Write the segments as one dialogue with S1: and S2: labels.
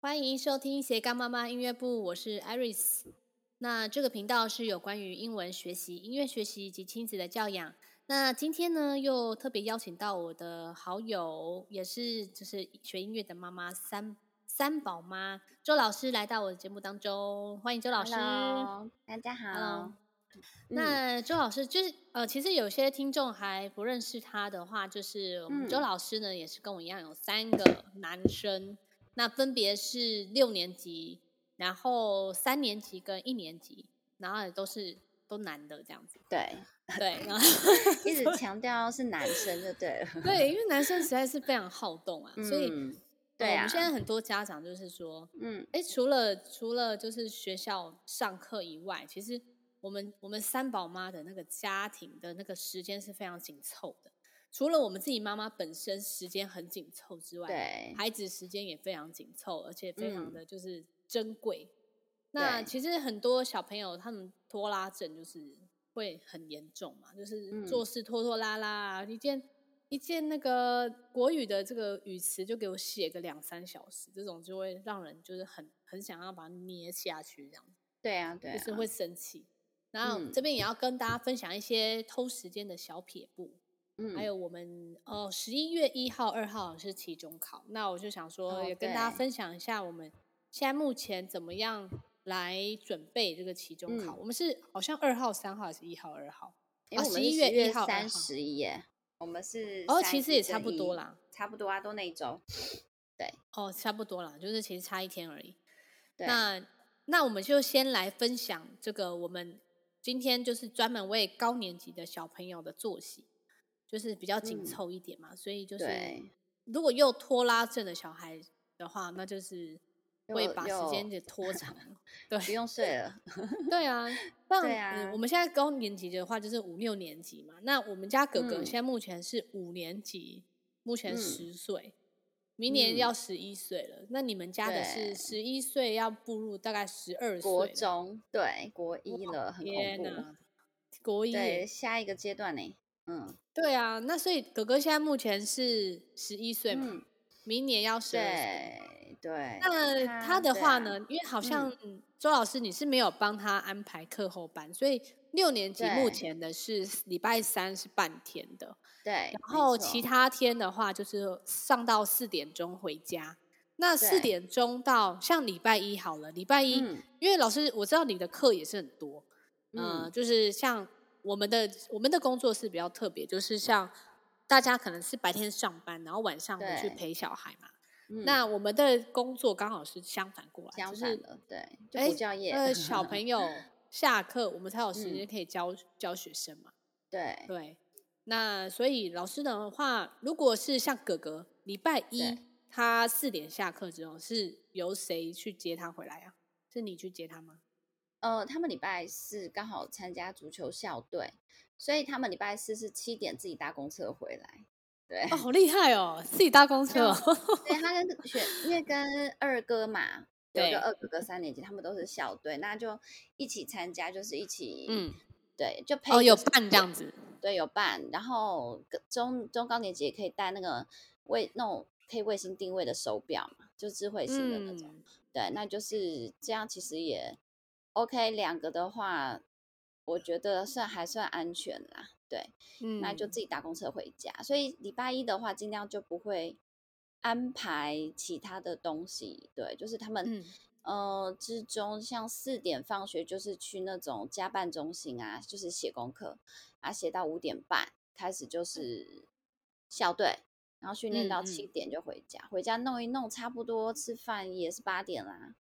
S1: 欢迎收听斜杠妈妈音乐部，我是 Iris。那这个频道是有关于英文学习、音乐学习以及亲子的教养。那今天呢，又特别邀请到我的好友，也是就是学音乐的妈妈三三宝妈周老师来到我的节目当中，欢迎周老师。
S2: Hello，大家好。
S1: Hello
S2: 嗯
S1: 啊那周老师就是呃，其实有些听众还不认识他的话，就是我们周
S2: 嗯
S1: 老师呢，也是跟我一样有三个男生，那分别是六年级，然后三年级跟一年级，然后也都是都男的这样子。
S2: 对，
S1: 对， 然后
S2: 一直强调是男生就对了。
S1: 对，因为男生实在是非常好动啊，所以、
S2: 嗯
S1: 呃
S2: 对
S1: 我
S2: 啊
S1: 们，现在很多家长就是说，
S2: 嗯，
S1: 哎，除了除了就是学校上课以外，其实我们我们三宝妈的那个家庭的那个时间是非常紧凑的。除了我们自己妈妈本身时间很紧凑之外，
S2: 对，
S1: 孩子时间也非常紧凑，而且非常
S2: 嗯
S1: 的就是珍贵。那
S2: 对
S1: 其实很多小朋友他们拖拉症就是会很严重嘛，就是
S2: 嗯
S1: 做事拖拖拉拉啊，一件一件那个国语的这个语词就给我写个两三小时，这种就会让人就是很很想要把它捏下去，这样子
S2: 对啊，
S1: 就
S2: 对
S1: 是
S2: 啊
S1: 会生气。然后
S2: 嗯
S1: 这边也要跟大家分享一些偷时间的小撇步，
S2: 嗯，
S1: 还有我们呃十一月一号、二号是期中考，那我就想说
S2: 哦
S1: 也跟大家
S2: 对
S1: 分享一下我们现在目前怎么样来准备这个期中考。
S2: 嗯
S1: 我们是好像二号、三号还是一号、二号？
S2: 因为
S1: 啊
S2: 我们
S1: 11
S2: 是
S1: 月
S2: 10
S1: 1号2号
S2: 三十一耶，我们是
S1: 哦，
S2: 30
S1: 其实也差
S2: 跟
S1: 不多
S2: 1，
S1: 啦，
S2: 差不多啊，都那一周。
S1: 哦，差不多啦，就是其实差一天而已。
S2: 对，
S1: 那那我们就先来分享这个我们今天就是专门为高年级的小朋友的作息，就是比较紧
S2: 嗯
S1: 凑一点嘛，所以就是
S2: 对，
S1: 如果又拖拉症的小孩的话，那就是会
S2: 又
S1: 把时
S2: 又
S1: 间给拖长。对
S2: 不用 睡了。
S1: 对啊，那
S2: 对
S1: 嗯
S2: 啊
S1: 我们现在高年级的话就是五六年级嘛，那我们家哥哥
S2: 嗯
S1: 现在目前是五年级，目前
S2: 嗯
S1: 十岁。明年
S2: 嗯
S1: 要十一岁了，那你们家的是
S2: 对
S1: 十一岁要步入大概十二岁
S2: 国
S1: 了
S2: 中对国一了，很恐
S1: 天
S2: 怖。
S1: 呐，国一
S2: 对，
S1: 耶
S2: 下一个阶段呢？嗯，
S1: 对啊，那所以哥哥现在目前是十一岁嘛，
S2: 嗯
S1: 明年要十二岁。
S2: 对对。
S1: 那他的
S2: 对
S1: 话
S2: 啊
S1: 呢？因为好像嗯周老师你是没有帮他安排课后班，所以六年级目
S2: 对
S1: 前的是礼拜三是半天的，
S2: 对，然
S1: 然后其他天的话就是上到四点钟回家。那四
S2: 对
S1: 点钟到像礼拜一好了，礼拜一、
S2: 嗯
S1: 因为老师我知道你的课也是很多，嗯、
S2: 嗯
S1: 就是像我们的我们的工作是比较特别，就是像大家可能是白天上班，然后晚上回去
S2: 对
S1: 陪小孩嘛。
S2: 嗯
S1: 那我们的工作刚好是相反过来，
S2: 相
S1: 就
S2: 反
S1: 是
S2: 的，对，
S1: 哎
S2: 就补教业，
S1: 呃小朋友下课我们才有时
S2: 嗯
S1: 间可以教、教学生嘛。
S2: 对
S1: 对，那所以老师的话，如果是像哥哥，礼拜一
S2: 对
S1: 他四点下课之后，是由谁去接他回来啊？是你去接他 吗？
S2: 呃，他们礼拜四刚好参加足球校队，所以他们礼拜四是七点自己搭公车回来。对，
S1: 哦，好厉害哦，自己搭公车、哦。
S2: 对他跟 学，因为跟二哥嘛，有一
S1: 对
S2: 个二哥哥三年级，他们都是校队，那就一起参加，就是一起，
S1: 嗯，
S2: 对，就配
S1: 哦，
S2: 一
S1: 有
S2: 个
S1: 伴这样子。
S2: 对，有办，然后跟中中高年级也可以带那个卫那种可以卫星定位的手表嘛，就智慧型的那种。
S1: 嗯，
S2: 对，那就是这样，其实也 OK。两个的话，我觉得算还算安全啦。对，
S1: 嗯
S2: 那就自己搭公车回家。所以礼拜一的话，尽量就不会安排其他的东西。对，就是他们、
S1: 嗯
S2: 呃之中，像四点放学就是去那种加办中心啊，就是写功课啊，写到五点半开始就是校队，然后训练到
S1: 嗯
S2: 七
S1: 嗯
S2: 点就回家，回家弄一弄，差不多吃饭也是八点啦。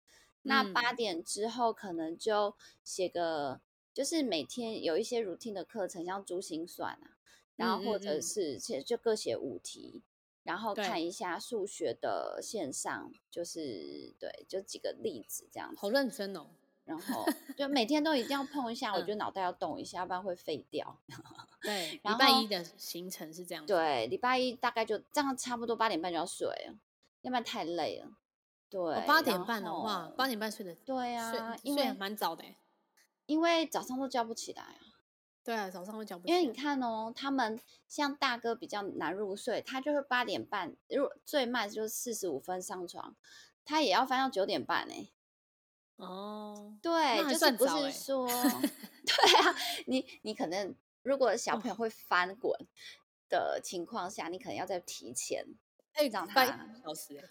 S2: 那
S1: 嗯
S2: 八点之后可能就写个，就是每天有一些 routine 的课程，像珠心算啊，然后或
S1: 嗯嗯
S2: 者
S1: 嗯
S2: 是写就各写五题，然后
S1: 对
S2: 看一下数学的线上，就是对，就几个例子这样
S1: 好
S2: 子，
S1: 认真哦。
S2: 然后就每天都一定要碰一下，我
S1: 嗯
S2: 觉得脑袋要动一下，不然会废掉。
S1: 对，礼
S2: 然
S1: 拜
S2: 后
S1: 一的行程是这样子。哦
S2: 对，礼拜一大概就这样，差不多八点半就要睡了，要不然太累了。
S1: 哦，
S2: 对，
S1: 八点
S2: 然
S1: 半哦，哇，
S2: 后
S1: 八点半睡的，
S2: 对
S1: 睡
S2: 啊，因
S1: 睡
S2: 为
S1: 还蛮早的欸。
S2: 因为早上都叫不起来啊。
S1: 对啊，早上会讲不起
S2: 因
S1: 来，
S2: 为你看哦，他们像大哥比较难入睡，他就是八点半，如果最慢就是四十五分上床，他也要翻到九点半呢、欸
S1: 哦，
S2: 对，
S1: 还
S2: 就是
S1: 算
S2: 不
S1: 早欸
S2: 是 说，对啊，你你可能如果小
S1: 哦
S2: 朋友会翻滚的情况下，你可能要再提前。
S1: 哎，
S2: 让
S1: 半
S2: 他
S1: 小时欸，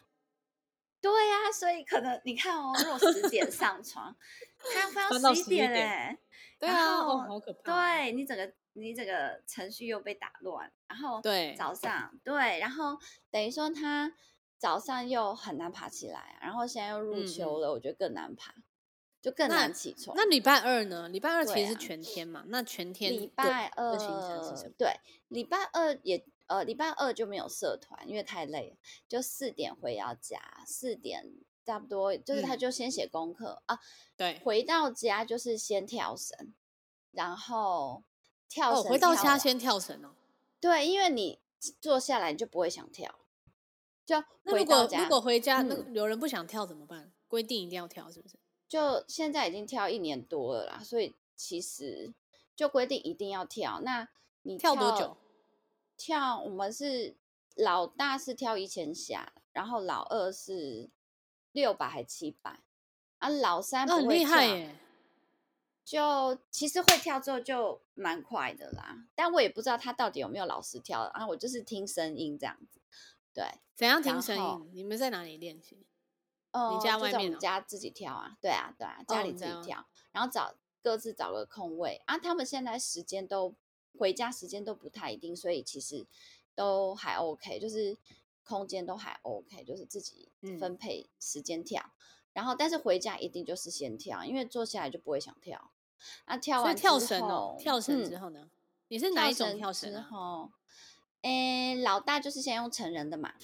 S2: 对呀、所以可能你看哦，如果十点 上床，他要翻
S1: 翻
S2: 到
S1: 到
S2: 十一
S1: 11
S2: 点嘞、嗯
S1: 点对啊，哦，
S2: 后
S1: 好可怕哦，
S2: 对你整个你整个程序又被打乱，然后
S1: 对
S2: 早上对，然后等于说他早上又很难爬起来，啊然后现在又入
S1: 嗯
S2: 秋
S1: 嗯
S2: 了，我觉得更难爬，就更
S1: 那
S2: 难起床。
S1: 哦那礼拜二呢？礼拜二
S2: 对
S1: 其实是
S2: 啊
S1: 全天嘛，那全天
S2: 礼
S1: 各
S2: 拜
S1: 的行程是什
S2: 二
S1: 么？
S2: 对，礼拜二也呃，礼拜二就没有社团，因为太累了，就四点回到家，四点差不多就是他
S1: 嗯
S2: 就先写功课、啊，
S1: 对，
S2: 回到家就是先跳绳，然后跳
S1: 哦，
S2: 绳、
S1: 回到家先跳绳哦。
S2: 对，因为你坐下来你就不会想跳，就
S1: 那
S2: 回
S1: 如
S2: 到
S1: 果
S2: 家
S1: 如果回家，那
S2: 嗯
S1: 个有人不想跳怎么办？规定一定要跳是不是？
S2: 就现在已经跳一年多了啦，所以其实就规定一定要跳。那你
S1: 跳多久？
S2: 跳我们是老大是跳一千下，然后老二是六百还七百，啊，老三
S1: 那哦
S2: 不
S1: 很
S2: 会
S1: 厉害
S2: 跳，
S1: 耶，
S2: 就其实会跳之后就蛮快的啦。但我也不知道他到底有没有老师跳，然后我就是听声音这样子。对，
S1: 怎样听
S2: 然
S1: 声
S2: 后
S1: 音？你们在哪里练习？
S2: 哦、
S1: 家
S2: 就
S1: 外
S2: 在我
S1: 面
S2: 们
S1: 哦
S2: 家自己跳啊，对啊，对啊，家
S1: 哦
S2: 里
S1: 你
S2: 自
S1: 家
S2: 己
S1: 吗
S2: 跳，然后找各自找个空位啊。他们现在时间都回家时间都不太一定，所以其实都还 OK，就是空间都还 OK，就是自己
S1: 嗯
S2: 分配时间跳。然后，但是回家一定就是先跳，因为坐下来就不会想跳。啊，跳
S1: 所以
S2: 完
S1: 跳
S2: 之
S1: 绳哦
S2: 后，
S1: 跳绳
S2: 嗯
S1: 之后呢？你是哪一种跳绳
S2: 之
S1: 啊？
S2: 后，诶、老大就是先用成人的嘛，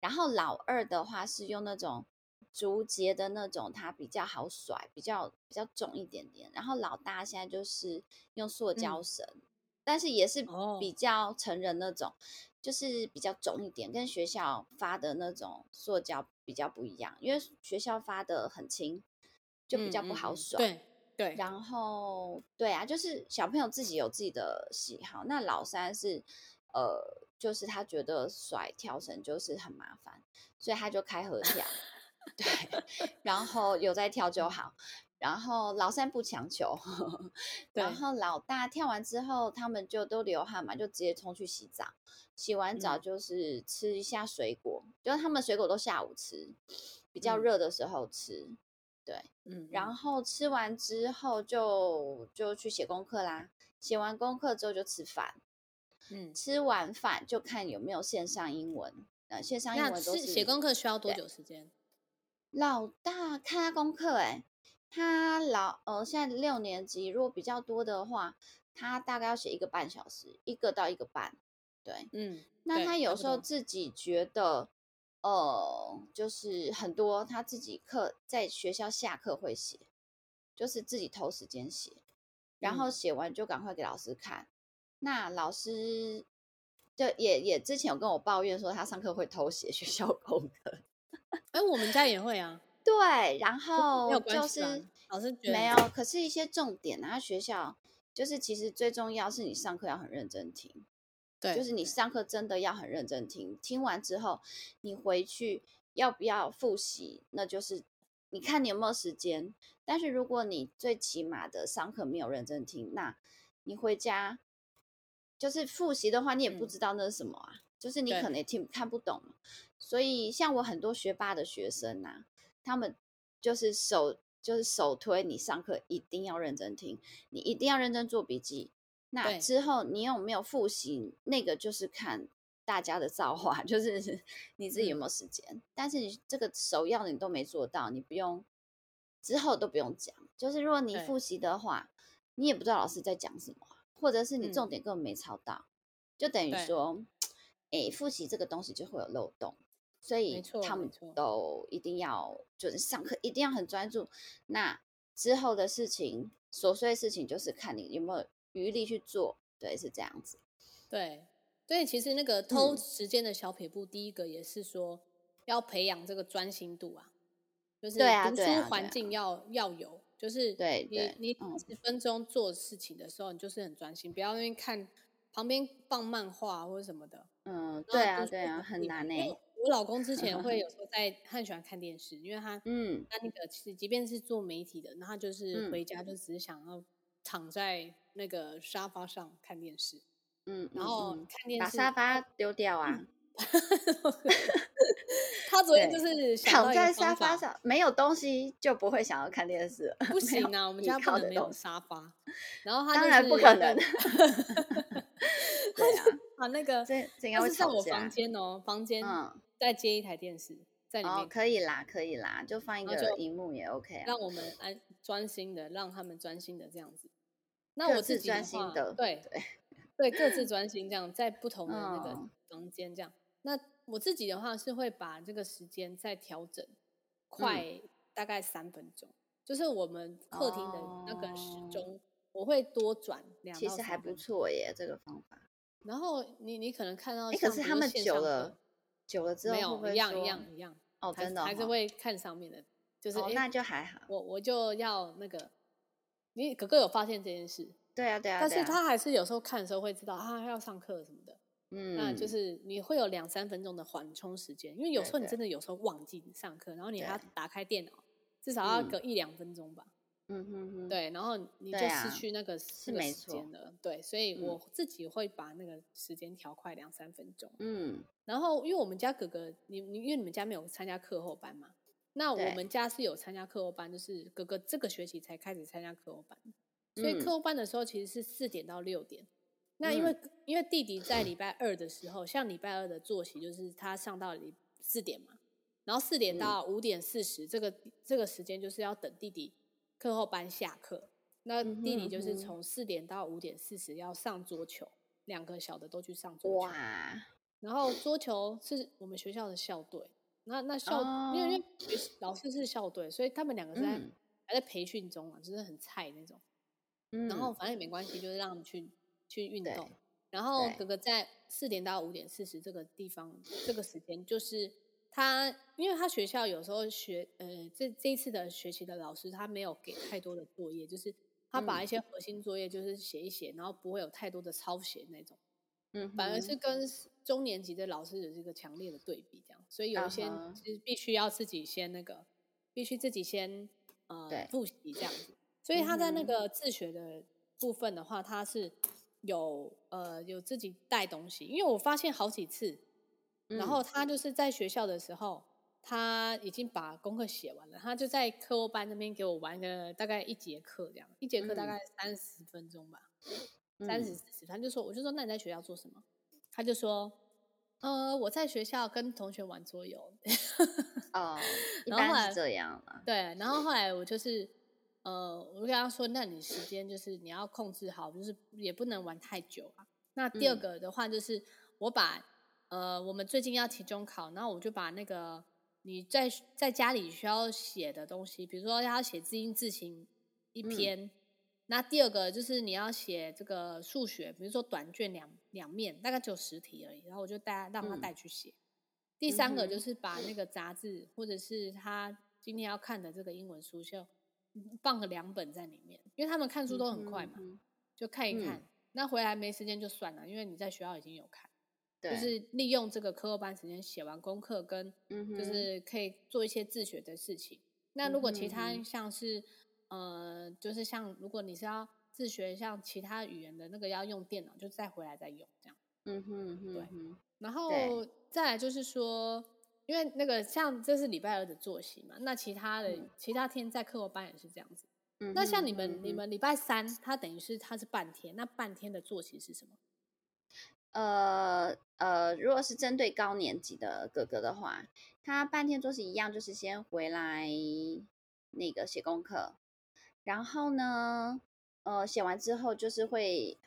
S2: 然后老二的话是用那种竹节的那种，它比较好甩，比较比较重一点点。然后老大现在就是用塑胶
S1: 嗯
S2: 绳，但是也是
S1: 哦
S2: 比较成人那种，就是比较重一点，跟学校发的那种塑胶比较不一样，因为学校发的很轻，就比
S1: 嗯
S2: 较
S1: 嗯
S2: 不好
S1: 嗯
S2: 甩。
S1: 对对，
S2: 然后，对啊，就是小朋友自己有自己的喜好。那老三是，呃，就是他觉得甩跳绳就是很麻烦，所以他就开合 跳，对，然后有在跳就好。然后老三不强求， 然
S1: 对
S2: 后老大跳完之后，他们就都流汗嘛，就直接冲去洗澡。洗完澡
S1: 嗯
S2: 就是吃一下水果，就是他们水果都下午吃，比较
S1: 嗯
S2: 热的时候吃。
S1: 嗯，
S2: 然
S1: 嗯
S2: 后吃完之后就就去写功课啦，写完功课之后就吃饭，
S1: 嗯，
S2: 吃完饭就看有没有线上英文。呃，线上英
S1: 那
S2: 文都
S1: 是
S2: 是
S1: 写功课需要多
S2: 对
S1: 久时间？
S2: 老大看他功课、欸，他老呃现在六年级，如果比较多的话，他大概要写一个半小时，一个到一个半，对。
S1: 嗯，
S2: 那
S1: 对
S2: 他
S1: 差
S2: 有
S1: 不
S2: 时候
S1: 多
S2: 自己觉得，呃，就是很多他自己课在学校下课会写，就是自己偷时间写，然后
S1: 嗯
S2: 写完就赶快给老师看。那老师就也也之前有跟我抱怨说，他上课会偷写学校功课。
S1: 哎，我们家也会啊，
S2: 对，然
S1: 哦没
S2: 后
S1: 有关
S2: 哦就
S1: 系啦
S2: 是。
S1: 老师觉得
S2: 没有，可是一些重点啊，学校就是其实最重要是你上课要很认真听。
S1: 对，
S2: 就是你上课真的要很认真听，听完之后你回去要不要复习，那就是你看你有没有时间。但是如果你最起码的上课没有认真听，那你回家就是复习的话，你也不
S1: 嗯
S2: 知道那是什么啊，就是你
S1: 对
S2: 可能也听看不懂嘛。所以像我很多学霸的学生呐、他们就是手就是首推你上课一定要认真听，你一定要认真做笔记。那
S1: 对
S2: 之后你有没有复习，那个就是看大家的造化， 就是你自己有
S1: 嗯
S2: 没有时间。但是你这个首要的你都没做到，你不用之后都不用讲。就是如果你
S1: 对
S2: 复习的话，你也不知道老师在讲什么啊，或者是你重
S1: 嗯
S2: 点根本没抄到，就等于
S1: 对
S2: 说，诶，复习这个东西就会有漏洞。所以
S1: 错
S2: 他
S1: 没
S2: 们
S1: 错
S2: 都一定要就是上课一定要很专注。那之后的事情，琐碎的事情就是看你有没有余力去做，对，是这样子。
S1: 对，所以其实那个偷
S2: 嗯
S1: 时间的小撇步，第一个也是说要培养这个专心度啊，就是
S2: 对啊
S1: 读
S2: 对
S1: 书
S2: 啊对
S1: 环
S2: 啊
S1: 境要、要有，就是
S2: 对
S1: 你
S2: 对
S1: 你
S2: 嗯
S1: 十分钟做事情的时候，你就是很专心，不要那边看旁边放漫画或者什么的。
S2: 嗯，
S1: 然后
S2: 对啊，
S1: 就是
S2: 对啊，很
S1: 你
S2: 难呢、
S1: 因为我老公之前 会有时候在，他很喜欢看电视，因为他
S2: 嗯，
S1: 他那个其实即便是做媒体的，那他就是
S2: 嗯
S1: 回家就只是想要躺在那个沙发上看电视，
S2: 嗯，
S1: 然
S2: 嗯
S1: 后
S2: 嗯
S1: 看电
S2: 把
S1: 视嗯
S2: 沙发丢掉啊，
S1: 他昨天就是
S2: 对
S1: 想到
S2: 躺
S1: 一个
S2: 在沙
S1: 方法，
S2: 发上没有东西就不会想要看电视了，
S1: 不行啊，我们
S2: 依
S1: 家不
S2: 靠
S1: 能
S2: 的
S1: 没有
S2: 东西
S1: 沙发。然后他
S2: 当
S1: 就
S2: 然不
S1: 是
S2: 可能 对啊，
S1: 把那个，
S2: 这这应该
S1: 他
S2: 会
S1: 是在
S2: 吵
S1: 我
S2: 架
S1: 房。间哦，房间
S2: 嗯，
S1: 再接一台电视在里
S2: 哦，
S1: 面，
S2: 可以啦，可以啦，就放一
S1: 然后
S2: 个
S1: 就
S2: 荧幕也 OK 啊。
S1: 让我们安专心的，让他们专心的这样子。那
S2: 各
S1: 我自
S2: 自
S1: 己的
S2: 专心
S1: 话
S2: 地
S1: 对
S2: 对
S1: 对，各自专心这样，在不同的那个
S2: 嗯
S1: 房间这样。那我自己的话是会把这个时间再调整快
S2: 嗯
S1: 大概三分钟，就是我们客厅的那个时
S2: 哦
S1: 钟，我会多转两
S2: 其
S1: 到
S2: 实还
S1: 三
S2: 不
S1: 分钟。
S2: 错耶，这个方法。
S1: 然后你你可能看到
S2: 哎，
S1: 像，
S2: 可是
S1: 比
S2: 他
S1: 如
S2: 们
S1: 线
S2: 久
S1: 上课
S2: 了，久了之后
S1: 没
S2: 会不
S1: 有
S2: 会
S1: 一样
S2: 说
S1: 一样一样，
S2: 哦，
S1: 还
S2: 真
S1: 是
S2: 的
S1: 还是
S2: 哦
S1: 会看上面的，就是
S2: 哦
S1: 诶，
S2: 那就还好。
S1: 我我就要那个，你哥哥有发现这件事，
S2: 对啊，对啊，
S1: 但
S2: 对
S1: 是
S2: 啊
S1: 他还是有时候看的时候会知道啊要上课什么的，那
S2: 嗯，
S1: 就是你会有两三分钟的缓冲时间，因为有
S2: 对
S1: 时候你
S2: 对
S1: 真的有时候忘记上课，然后你还要
S2: 对
S1: 打开电脑，至少要
S2: 嗯
S1: 个一两分钟吧，
S2: 嗯哼哼，
S1: 对，然后你就
S2: 对
S1: 失
S2: 啊
S1: 去那个
S2: 是
S1: 那个
S2: 没
S1: 时间
S2: 错
S1: 了，对，所以
S2: 嗯
S1: 我自己会把那个时间调快两三分钟。
S2: 嗯，
S1: 然后因为我们家哥哥，你你因为你们家没有参加课后班嘛，那我
S2: 对
S1: 们家是有参加课后班，就是哥哥这个学期才开始参加课后班，所以
S2: 嗯
S1: 课后班的时候其实是四点到六点。那因为、因为弟弟在礼拜二的时候，像礼拜二的作息就是他上到礼四点嘛，然后四点
S2: 嗯
S1: 到五点四十、这个这个时间就是要等弟弟课后班下课。那
S2: 嗯哼
S1: 弟弟就是
S2: 嗯哼
S1: 从四点到五点四十要上桌球，两个小的都去上桌球。
S2: 哇，
S1: 然后桌球是我们学校的校队，那那校、因为因为学习老师是校队，所以他们两个是在、
S2: 哦嗯
S1: 还在培训中啊，就是很菜那种。
S2: 嗯，
S1: 然后反正也没关系，就是让他们去去运
S2: 对
S1: 动。然后
S2: 对
S1: 哥哥在四点到五点四十这个地方这个时间，就是他，因为他学校有时候学呃这这一次的学期的老师他没有给太多的作业，就是他把
S2: 嗯
S1: 一些核心作业就是写一写，然后不会有太多的抄写那种。
S2: 嗯哼，
S1: 反而是跟 s- 中年级的老师有这个强烈的对比，这样，所以有一些
S2: 啊哈
S1: 是必须要自己先那个，必须自己先呃
S2: 对
S1: 复习这样子。所以他在那
S2: 嗯哼
S1: 个自学的部分的话，他是有呃有自己带东西，因为我发现好几次，然
S2: 嗯
S1: 后他就是在学校的时候，他已经把功课写完了，他就在课后班那边给我玩个大概一节课这样，一节课大
S2: 嗯
S1: 概三十分钟吧。三十
S2: 嗯
S1: 四十，他就说，我就说那你在学校做什么？他就说，呃，我在学校跟同学玩桌游。
S2: 哦，一
S1: 然后后
S2: 般
S1: 来
S2: 是这样啦。
S1: 对，然后后来我就是，呃，我就跟他说，那你时间就是你要控制好，就是也不能玩太久啊。那第二
S2: 嗯
S1: 个的话就是，我把呃我们最近要期中考，然后我就把那个你在在家里需要写的东西，比如说要写字音字形一
S2: 嗯
S1: 篇。那第二个就是你要写这个数学，比如说短卷两两面，大概只有十题而已，然后我就带他让他
S2: 嗯
S1: 带去写。第三个
S2: 嗯
S1: 就
S2: 哼
S1: 是把那个杂志或者是他今天要看的这个英文书，就放个两本在里面，因为他们看书都很快嘛，
S2: 嗯哼
S1: 就看一
S2: 嗯
S1: 看。那回来没时间就算了，因为你在学校已经有看，就
S2: 对，
S1: 是利用这个课后班时间写完功课跟
S2: 嗯哼
S1: 就是可以做一些自学的事情。那如果其
S2: 嗯哼嗯
S1: 他
S2: 哼
S1: 像是呃，就是像如果你是要自学像其他语言的那个要用电脑，就再回来再用这样。
S2: 嗯哼嗯哼
S1: 对
S2: 嗯哼
S1: 然后再来就是说，因为那个像这是礼拜二的作息嘛，那其他的、
S2: 嗯
S1: 其他天在课后班也是这样子。
S2: 嗯哼，
S1: 那像你们、
S2: 嗯
S1: 你
S2: 哼
S1: 们礼拜三，它等于是它是半天，那半天的作息是什么？
S2: 呃呃，如果是针对高年级的哥哥的话，他半天做是一样，就是先回来那个写功课，然后呢，呃，写完之后就是会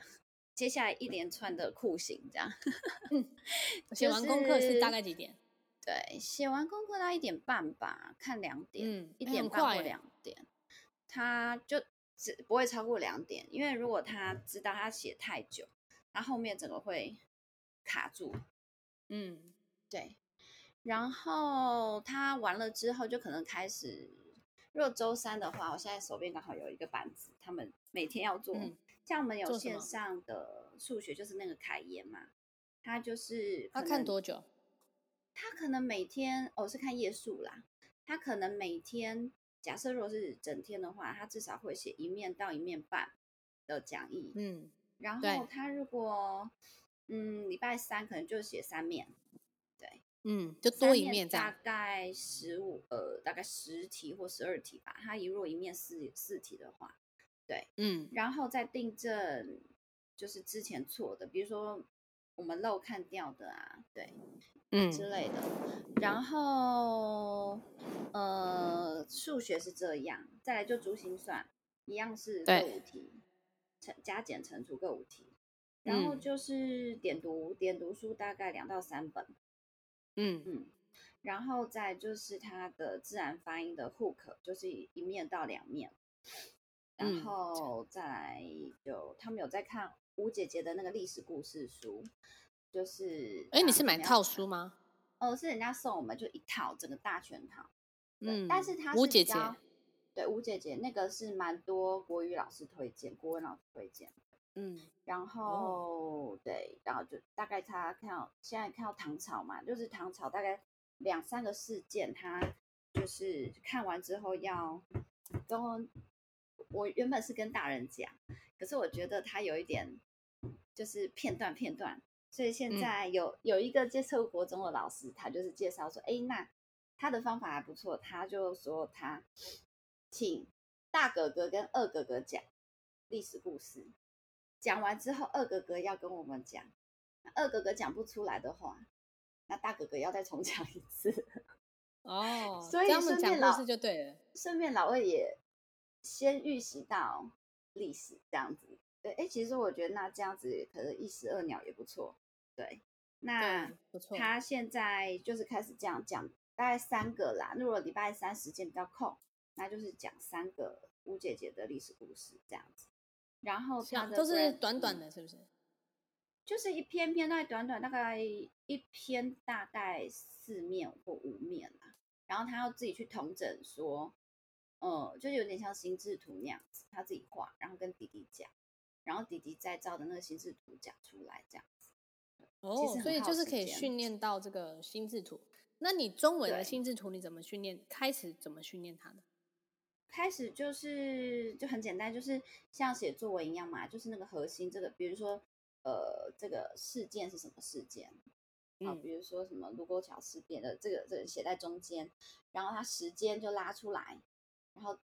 S2: 接下来一连串的酷刑这样。
S1: 写
S2: 就
S1: 完功课是大
S2: 是
S1: 概几点？
S2: 对，写完功课到一点半吧，看两点，
S1: 嗯
S2: 一
S1: 哎很
S2: 点半
S1: 快
S2: 或
S1: 欸
S2: 两点，他就只不会超过两点，因为如果他知道他写太久，他后面整个会卡住。
S1: 嗯，
S2: 对，然后他完了之后就可能开始如果周三的话，我现在手边刚好有一个板子，他们每天要做。
S1: 嗯
S2: 像我们有
S1: 做什
S2: 线
S1: 么
S2: 上的数学，就是那个凯言嘛，他就是
S1: 要
S2: 可
S1: 看
S2: 能
S1: 多久？
S2: 他可能每天哦是看页数啦，他可能每天假设如果是整天的话，他至少会写一面到一面半的讲义，
S1: 嗯，
S2: 然
S1: 对
S2: 后他如果嗯礼拜三可能就写三面，
S1: 嗯，就
S2: 三
S1: 多一面这
S2: 大
S1: 样。
S2: 概十五呃大概十题或十二题吧，他如果一面四四题的话，
S1: 嗯
S2: 然后再订正就是之前错的，比如说我们漏看掉的啊，对，之
S1: 嗯
S2: 类的。然后呃，数学是这样，再来就珠心算，一样是各
S1: 对
S2: 五题，乘加减乘除各五题。然后
S1: 嗯
S2: 就是点读，点读书大概两到三本，
S1: 嗯
S2: 嗯，然后再就是它的自然发音的 hook，就是一一面到两面，
S1: 嗯
S2: 然后再来就他们有在看吴姐姐的那个历史故事书，就是
S1: 哎、你
S2: 把
S1: 是
S2: 他
S1: 买
S2: 们要
S1: 套
S2: 看
S1: 书吗？
S2: 哦，是人家送我们就一套整个大全套。对
S1: 嗯，
S2: 但是它
S1: 吴
S2: 是比
S1: 姐姐，
S2: 较对吴姐姐那个是蛮多国语老师推荐，国文老师推荐。
S1: 嗯
S2: 然后、对，然后就大概他看到现在看到唐朝嘛，就是唐朝大概两三个事件，他就是看完之后要跟我我原本是跟大人讲，可是我觉得他有一点就是片段片段，所以现
S1: 嗯
S2: 在有、有一个接受国中的老师，他就是介绍说，哎，那他的方法还不错，他就说他请大哥哥跟二哥哥讲历史故事，讲完之后，二哥哥要跟我们讲，那二哥哥讲不出来的话，那大哥哥要再重讲一次。
S1: 哦，
S2: 所以
S1: 这样们
S2: 顺
S1: 讲
S2: 便老
S1: 故事就对了。
S2: 顺便老二也先预习到历史这样子。对，哎，其实我觉得那这样子可能一石二鸟也不错。对，那
S1: 对，不错。
S2: 啊他现在就是开始这样讲，大概三个啦。如果礼拜三时间比较空，那就是讲三个吴姐姐的历史故事这样子。然后他
S1: 像
S2: 的
S1: 都是
S2: brand-
S1: 短短
S2: 嗯
S1: 的，是不是？
S2: 就是一篇篇大概短短大概一篇大概四面或五面啦，然后他要自己去统整说，呃，就有点像心智图那样子，他自己画，然后跟弟弟讲，然后弟弟再照着那个心智图讲出来这样子。
S1: 哦
S2: 实，很
S1: 所以
S2: 耗
S1: 就是
S2: 时
S1: 可以
S2: 间
S1: 训练到这个心智图。那你中文的
S2: 对
S1: 心智图你怎么训练？开始怎么训练它的？
S2: 开始就是就很简单，就是像写作文一样嘛，就是那个核心这个，比如说呃，这个事件是什么事件，啊，
S1: 嗯
S2: 比如说什么卢沟桥事变的这个这个写在中间，然后它时间就拉出来，然后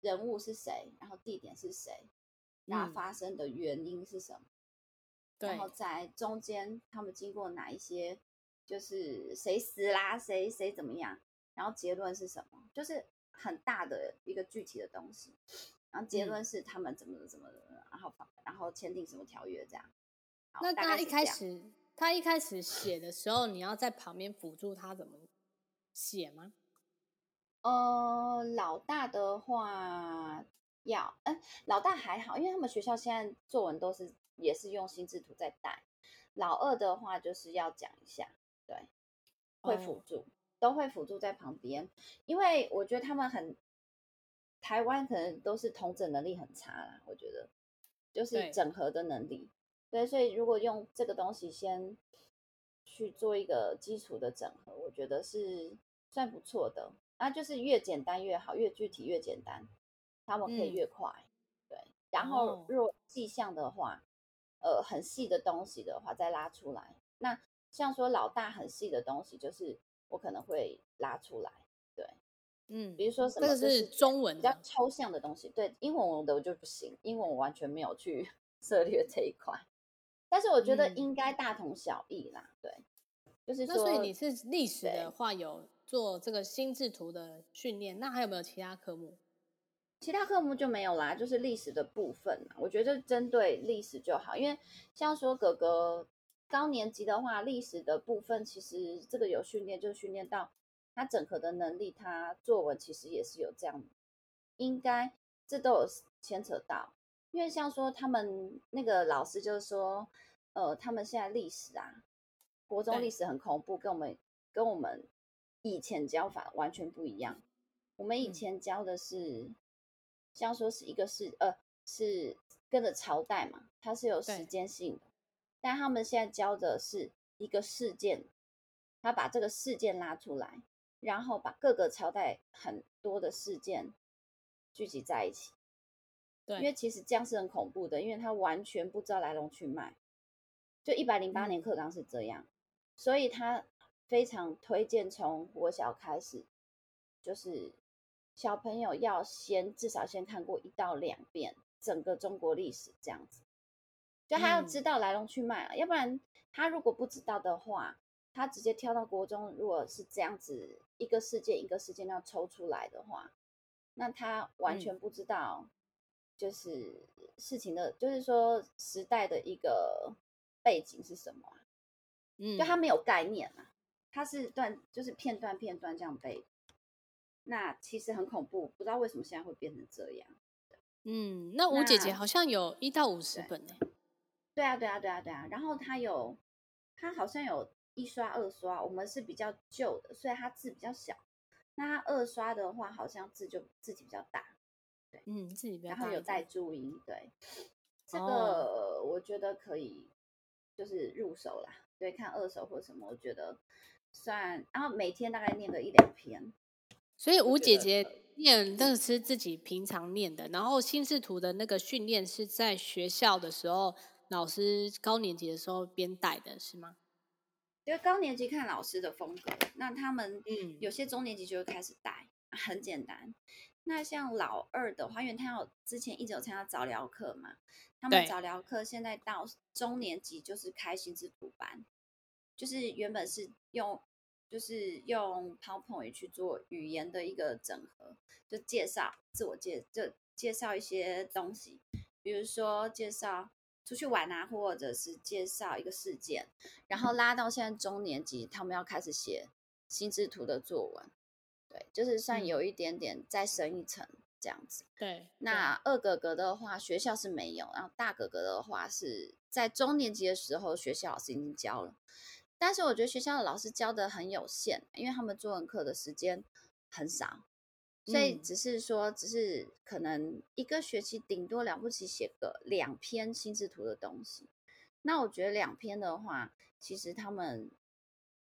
S2: 人物是谁，然后地点是谁，那
S1: 嗯
S2: 发生的原因是什么，
S1: 对
S2: 然，后在中间他们经过哪一些，就是谁死啦，谁谁怎么样，然后结论是什么，就是很大的一个具体的东西，然后结
S1: 嗯
S2: 论是他们怎么怎么怎么，然后然后签订什么条约这样。好
S1: 那
S2: 大
S1: 他
S2: 概
S1: 一
S2: 是
S1: 开
S2: 这样
S1: 始他一开始写的时候，你要在旁边辅助他怎么写吗？
S2: 呃，老大的话要，哎、老大还好，因为他们学校现在作文都是也是用心智图在带。老二的话就是要讲一下，对，会辅
S1: 哦
S2: 助，都会辅助在旁边，因为我觉得他们很，台湾可能都是统整能力很差啦，我觉得就是
S1: 对
S2: 整合的能力，对，所以如果用这个东西先去做一个基础的整合，我觉得是算不错的。那就是越简单越好，越具体越简单，他们可以
S1: 嗯
S2: 越快。对，然后
S1: 哦
S2: 若迹象的话，呃，很细的东西的话再拉出来。那像说老大很细的东西，就是我可能会拉出来，
S1: 嗯，
S2: 比如说
S1: 这
S2: 什么
S1: 个
S2: 就是
S1: 中文
S2: 比较
S1: 的，
S2: 抽象的东西。对，英文的我就不行，英文我完全没有去 涉猎这一块。但是我觉得
S1: 嗯
S2: 应该大同小异啦，对，就是
S1: 那所以
S2: 说
S1: 你是历史的
S2: 对
S1: 话有做这个心智图的训练，那还有没有其他科目？
S2: 其他科目就没有啦，就是历史的部分嘛。我觉得针对历史就好，因为像说哥哥高年级的话，历史的部分其实这个有训练，就训练到他整合的能力，他作文其实也是有这样，应该这都有牵扯到。因为像说他们那个老师就是说，呃，他们现在历史啊，国中
S1: 对
S2: 历史很恐怖，跟我们跟我们以前教法完全不一样。我们以
S1: 嗯
S2: 前教的是，像说是一个是呃是跟着朝代嘛，它是有
S1: 对
S2: 时间性的，但他们现在教的是一个事件，他把这个事件拉出来，然后把各个朝代很多的事件聚集在一起，因为
S1: 对，
S2: 其实这样是很恐怖的，因为他完全不知道来龙去脉。就一百零
S1: 嗯
S2: 八年课纲是这样，所以他非常推荐从国小开始，就是小朋友要先至少先看过一到两遍整个中国历史这样子，就他要知
S1: 嗯
S2: 道来龙去脉啊，要不然他如果不知道的话，他直接跳到国中，如果是这样子一个事件一个事件要抽出来的话，那他完
S1: 嗯
S2: 全不知道，就是事情的，就是说时代的一个背景是什么啊、
S1: 嗯，
S2: 就他没有概念啊，他是段就是片段片段这样背，那其实很恐怖，不知道为什么现在会变成这样。
S1: 嗯，那吴姐姐
S2: 那
S1: 好像有一到五十
S2: 对
S1: 本呢、
S2: 对啊，对啊，对啊，对啊。然后他有，他好像有一刷、二刷，我们是比较旧的，所以他字比较小。那他二刷的话，好像字就字体比较大，
S1: 嗯，自己比较
S2: 然
S1: 大
S2: 后
S1: 一
S2: 有带
S1: 点。
S2: 注音，对，这
S1: 哦
S2: 个我觉得可以，就是入手啦，对，看二手或什么，我觉得算，然后每天大概念个一两篇，
S1: 所以
S2: 我
S1: 吴
S2: 觉
S1: 姐
S2: 得呃
S1: 姐念那个是自己平常念的，然后心智图的那个训练是在学校的时候，老师高年级的时候编带的，是吗？
S2: 因为高年级看老师的风格，那他们
S1: 嗯
S2: 有些中年级就会开始带，很简单。那像老二的话，因为他有之前一直有参加早疗课嘛，他们
S1: 对
S2: 早疗课现在到中年级就是开心智图班，就是原本是用就是用 PowerPoint 去做语言的一个整合，就介绍自我介就介绍一些东西，比如说介绍出去玩啊，或者是介绍一个事件，然后拉到现在中年级，他们要开始写心智图的作文，对，就是算
S1: 嗯
S2: 有一点点再深一层这样子。
S1: 对，
S2: 那二哥哥的话，学校是没有，然后大哥哥的话是在中年级的时候，学校老师已经教了，但是我觉得学校的老师教的很有限，因为他们作文课的时间很少，所以
S1: 嗯
S2: 只是说，只是可能一个学期顶多了不起写个两篇心智图的东西。那我觉得两篇的话，其实他们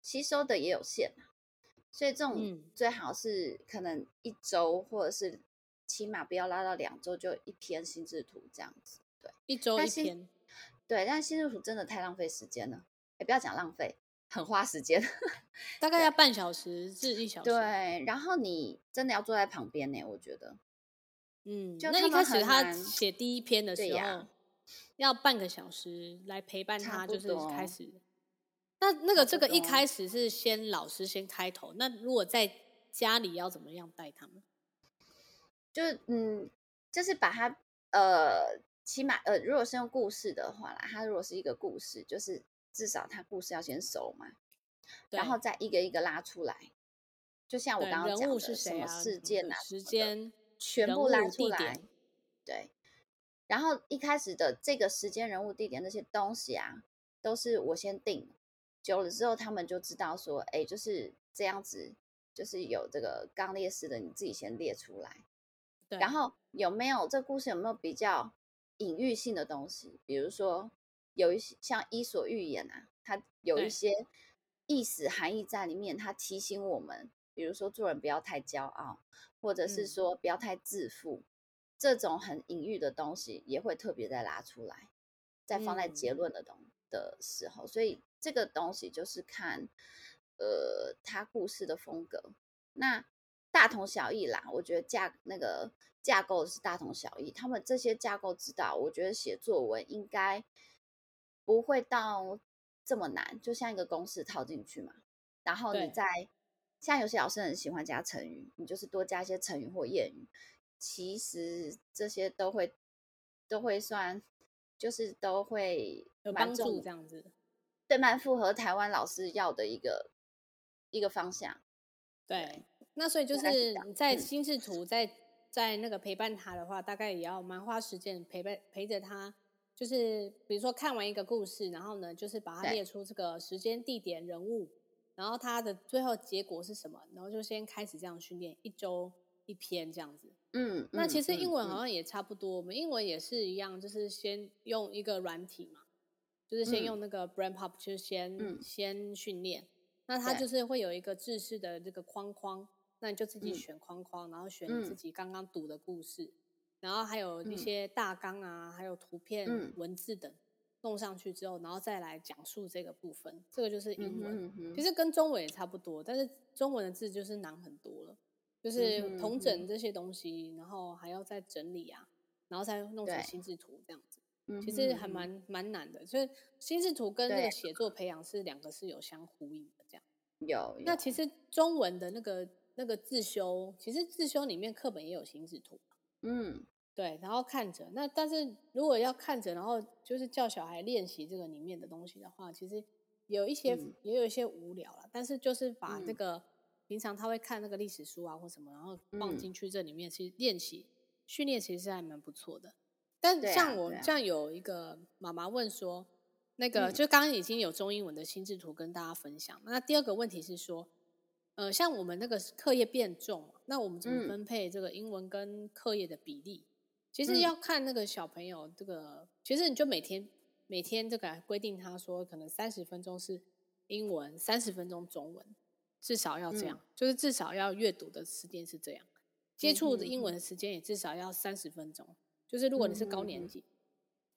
S2: 吸收的也有限嘛，所以这种
S1: 嗯
S2: 最好是可能一周，或者是起码不要拉到两周就一篇心智图这样子。对
S1: 对一周
S2: 但
S1: 一
S2: 是
S1: 篇，
S2: 对，但心智图真的太浪费时间了，也不要讲浪费，很花时间。
S1: 大概要半小时至一小时。，
S2: 对，然后你真的要坐在旁边呢，我觉得。
S1: 嗯，
S2: 就
S1: 那
S2: 他
S1: 一开
S2: 们
S1: 始
S2: 很
S1: 他
S2: 难
S1: 写第一篇的
S2: 对
S1: 时
S2: 呀
S1: 候，要半个小时来陪伴
S2: 差
S1: 他，
S2: 不
S1: 就是开
S2: 多
S1: 始。那那个
S2: 差
S1: 这
S2: 不
S1: 个一
S2: 多
S1: 开始是先老师先开头，那如果在家里要怎么样带他们？
S2: 就是嗯，就是把它呃，起码呃，如果是用故事的话啦，它如果是一个故事，就是至少它故事要先熟嘛，然
S1: 对
S2: 后再一个一个拉出来。就像我
S1: 对，
S2: 刚刚
S1: 人
S2: 讲
S1: 物
S2: 的，
S1: 是
S2: 什
S1: 谁
S2: 么
S1: 啊？
S2: 事
S1: 什么
S2: 件
S1: 的
S2: 啊，什
S1: 时
S2: 么的
S1: 间、
S2: 全
S1: 人
S2: 部拉
S1: 物
S2: 出
S1: 地点
S2: 来。对，然后一开始的这个时间、人物、地点那些东西啊，都是我先定的。久了之后，他们就知道说，哎，就是这样子，就是有这个刚列式的，你自己先列出来。
S1: 对，
S2: 然后有没有这故事有没有比较隐喻性的东西？比如说有一些像《伊索寓言》啊，它有
S1: 对
S2: 一些意思含义在里面，它提醒我们，比如说做人不要太骄傲，或者是
S1: 嗯
S2: 说不要太自负，这种很隐喻的东西也会特别再拉出来，再放在结
S1: 嗯
S2: 论的东的时候，所以这个东西就是看呃它故事的风格。那大同小异啦，我觉得架那个架构是大同小异。他们这些架构指导，我觉得写作文应该不会到这么难，就像一个公式套进去嘛。然后你
S1: 对
S2: 再像有些老师很喜欢加成语，你就是多加一些成语或谚语，其实这些都会都会算，就是都会
S1: 有
S2: 蛮
S1: 帮
S2: 重
S1: 助
S2: 的
S1: 这样子。
S2: 对，蛮符合台湾老师要的一个一个方向。
S1: 对，那所以就
S2: 大概是
S1: 是
S2: 这样
S1: 你在
S2: 嗯
S1: 心智图在在那个陪伴他的话，大概也要蛮花时间陪伴陪着他。就是比如说看完一个故事，然后呢，就是把它
S2: 对
S1: 列出这个时间、地点、人物，然后它的最后结果是什么，然后就先开始这样训练一周一一篇这样子。
S2: 嗯，
S1: 那其实
S2: 嗯
S1: 英文
S2: 嗯
S1: 好
S2: 嗯
S1: 像也差不多，我们英文也是一样，就是先用一个软体嘛，就是先
S2: 嗯
S1: 用那个 Brain Pop，就是先、
S2: 嗯
S1: 先训练。那它
S2: 对
S1: 就是会有一个制式的这个框框，那你就自己
S2: 嗯
S1: 选框框，然后选你自
S2: 嗯
S1: 己刚刚读的故事，然后还有一
S2: 嗯
S1: 些大纲啊，还有图片、
S2: 嗯
S1: 文字等弄上去之后，然后再来讲述这个部分，这个就是
S2: 嗯
S1: 英文。
S2: 哼嗯哼
S1: 其实跟中文也差不多，但是中文的字就是难很多了，就是
S2: 嗯哼
S1: 同
S2: 嗯
S1: 整这些东西，然后还要再整理啊，然后再弄成
S2: 对
S1: 心智图这样子，
S2: 嗯
S1: 其实
S2: 哼
S1: 还
S2: 嗯哼
S1: 蛮蛮难的。所以心智图跟这
S2: 对
S1: 个写作培养是两个是有相呼应的这样。
S2: 有
S1: 那
S2: 有
S1: 其实中文的那个那个自修，其实自修里面课本也有心智图，
S2: 嗯
S1: 对，然后看着那，但是如果要看着，然后就是叫小孩练习这个里面的东西的话，其实有一些、
S2: 嗯
S1: 也有一些无聊了。但是就是把这
S2: 嗯
S1: 个、平常他会看那个历史书啊或什么，然后放
S2: 嗯
S1: 进去这里面去练习、训练，其实还蛮不错的。但
S2: 对
S1: 像
S2: 啊
S1: 我、
S2: 对啊
S1: 像有一个妈妈问说，那个、
S2: 嗯
S1: 就刚刚已经有中英文的心智图跟大家分享，那第二个问题是说，呃，像我们那个课业变重嘛，那我们怎么
S2: 嗯
S1: 分配这个英文跟课业的比例？其实
S2: 嗯
S1: 要看那个小朋友，这个其实你就每天每天这个啊规定他说，可能三十分钟是英文，三十分钟中文，至少要这样，
S2: 嗯
S1: 就是至少要阅读的时间是这样，接触的
S2: 嗯哼
S1: 英文的时间也至少要三十分钟。就是如果你是高
S2: 嗯
S1: 年
S2: 哼
S1: 级，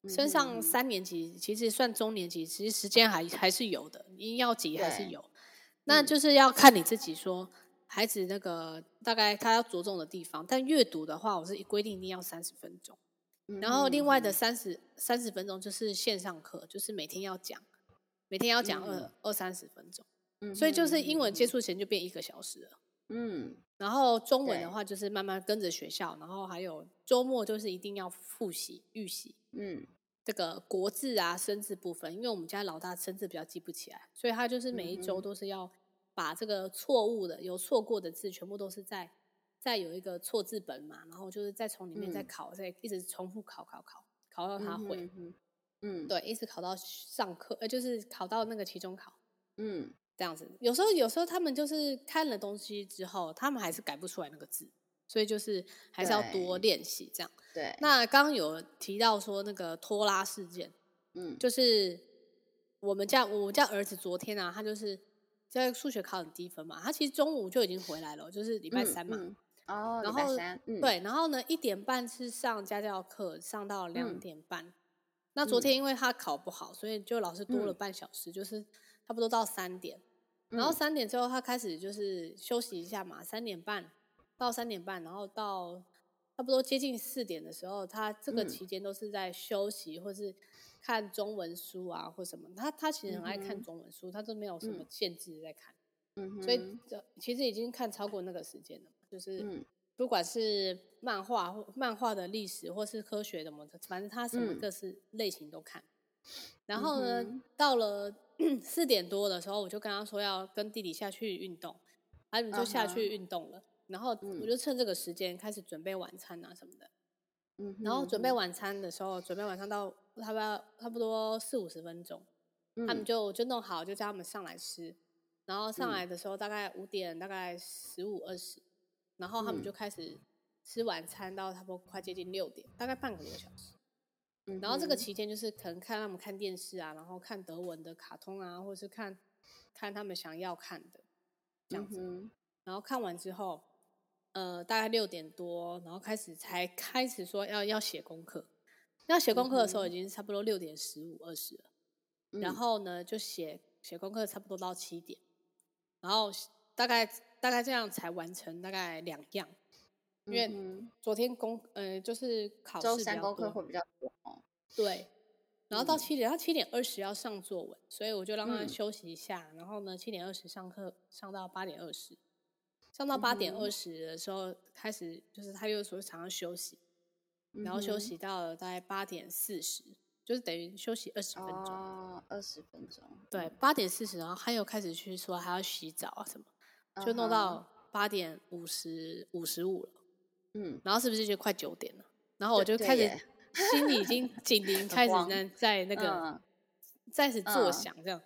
S2: 嗯
S1: 升上
S2: 哼
S1: 三年级，其实算中年级，其实时间还还是有的，音要级还是
S2: 对嗯
S1: 有。那就是要看你自己说孩子那个大概他要着重的地方。但阅读的话，我是规定一定要三十分钟，
S2: 嗯
S1: 然后另外的
S2: 嗯
S1: 三十三十分钟就是线上课，就是每天要讲，每天要讲二、
S2: 嗯
S1: 二三十分钟，
S2: 嗯
S1: 所以就
S2: 哼
S1: 是
S2: 嗯
S1: 英文
S2: 哼
S1: 接触前就变一个小时了。
S2: 嗯
S1: 然后中文的
S2: 对
S1: 话就是慢慢跟着学校，然后还有周末就是一定要复习预习。
S2: 嗯
S1: 这个国字啊、生字部分，因为我们家老大生字比较记不起来，所以他就是每一周
S2: 嗯哼
S1: 都是要把这个错误的、有错过的字，全部都是在再有一个错字本嘛，然后就是再从里面再
S2: 嗯
S1: 考，再一直重复考考考，考到
S2: 嗯
S1: 他会，
S2: 哼嗯哼
S1: 对，一直考到上课，呃，就是考到那个期中考
S2: 嗯
S1: 这样子。有时候，有时候他们就是看了东西之后，他们还是改不出来那个字，所以就是还是要多
S2: 对
S1: 练习这样。
S2: 对
S1: 那刚刚有提到说那个拖拉事件。
S2: 嗯
S1: 就是我们家我家儿子昨天啊，他就是在数学考很低分嘛，他其实中午就已经回来了，就是礼拜
S2: 嗯
S1: 三嘛，
S2: 嗯哦
S1: 然
S2: 礼拜
S1: 后
S2: 三嗯
S1: 对，然后呢一点半是上家教课，上到两
S2: 嗯
S1: 点半。那昨
S2: 嗯
S1: 天因为他考不好，所以就老师多了
S2: 嗯
S1: 半小时，就是差不多到三点。然后
S2: 嗯
S1: 三点之后他开始就是休息一下嘛，三点半到三点半，然后到差不多接近四点的时候，他这个
S2: 嗯
S1: 期间都是在休息或是看中文书啊或什么。他他其实很爱
S2: 嗯
S1: 看
S2: 哼
S1: 中文书，他都没有什么
S2: 嗯
S1: 限制在看，
S2: 嗯
S1: 所以
S2: 哼
S1: 这其实已经看超过那个时间了嘛，就是
S2: 嗯
S1: 不管是漫画或漫画的历史或是科学什么的，反正他什么
S2: 嗯
S1: 各式类型都看。然
S2: 嗯
S1: 后呢，
S2: 哼
S1: 到了 四点多的时候，我就跟他说要跟弟弟下去运动，啊，你们就下
S2: 嗯
S1: 去运动了。然后我
S2: 嗯
S1: 就趁这个时间开始准备晚餐啊什么的。
S2: 嗯
S1: 然后准
S2: 哼
S1: 备晚餐的时候，准备晚餐到差不多差不多四五十分钟，他们
S2: 嗯
S1: 就就弄好，就叫他们上来吃。然后上
S2: 嗯
S1: 来的时候大概五点，大概十五二十，然后他们
S2: 嗯
S1: 就开始吃晚餐，到差不多快接近六点，大概半个多小时。
S2: 嗯
S1: 然后这个
S2: 哼
S1: 期间就是可能看他们看电视啊，然后看德文的卡通啊，或者是看看他们想要看的这样
S2: 嗯
S1: 子。
S2: 哼
S1: 然后看完之后，呃，大概六点多，然后开始才开始说要要写功课。要写功课的时候已经差不多六点十五二十了，然
S2: 嗯
S1: 后呢就写写功课差不多到七点，然后大概大概这样才完成大概两样，因为
S2: 嗯
S1: 昨天功呃就是考
S2: 哼
S1: 试
S2: 周
S1: 比
S2: 三
S1: 较
S2: 功
S1: 多
S2: 课会比较多哦
S1: 对，然后到
S2: 嗯
S1: 七点，他七点二十要上作文，所以我就让他
S2: 嗯
S1: 休息一下。然后呢，七点二十上课，上到八点二十，上到八点
S2: 嗯
S1: 二
S2: 哼
S1: 十的时候开始，就是他又说常常休息，
S2: 嗯
S1: 然后休
S2: 哼
S1: 息到了大概八点四十，就是等于休息二十分钟。
S2: 哦二十分钟
S1: 对，八点四十，然后他又开始去说还要洗澡啊什么，
S2: 嗯
S1: 就弄
S2: 哼
S1: 到八点五十五十五了。
S2: 嗯
S1: 然后是不是就快九点了？然后我就
S2: 对对
S1: 开始
S2: 耶
S1: 心里已经警铃开始
S2: 慌
S1: 在在那个
S2: 嗯
S1: 开始作
S2: 嗯
S1: 响这样，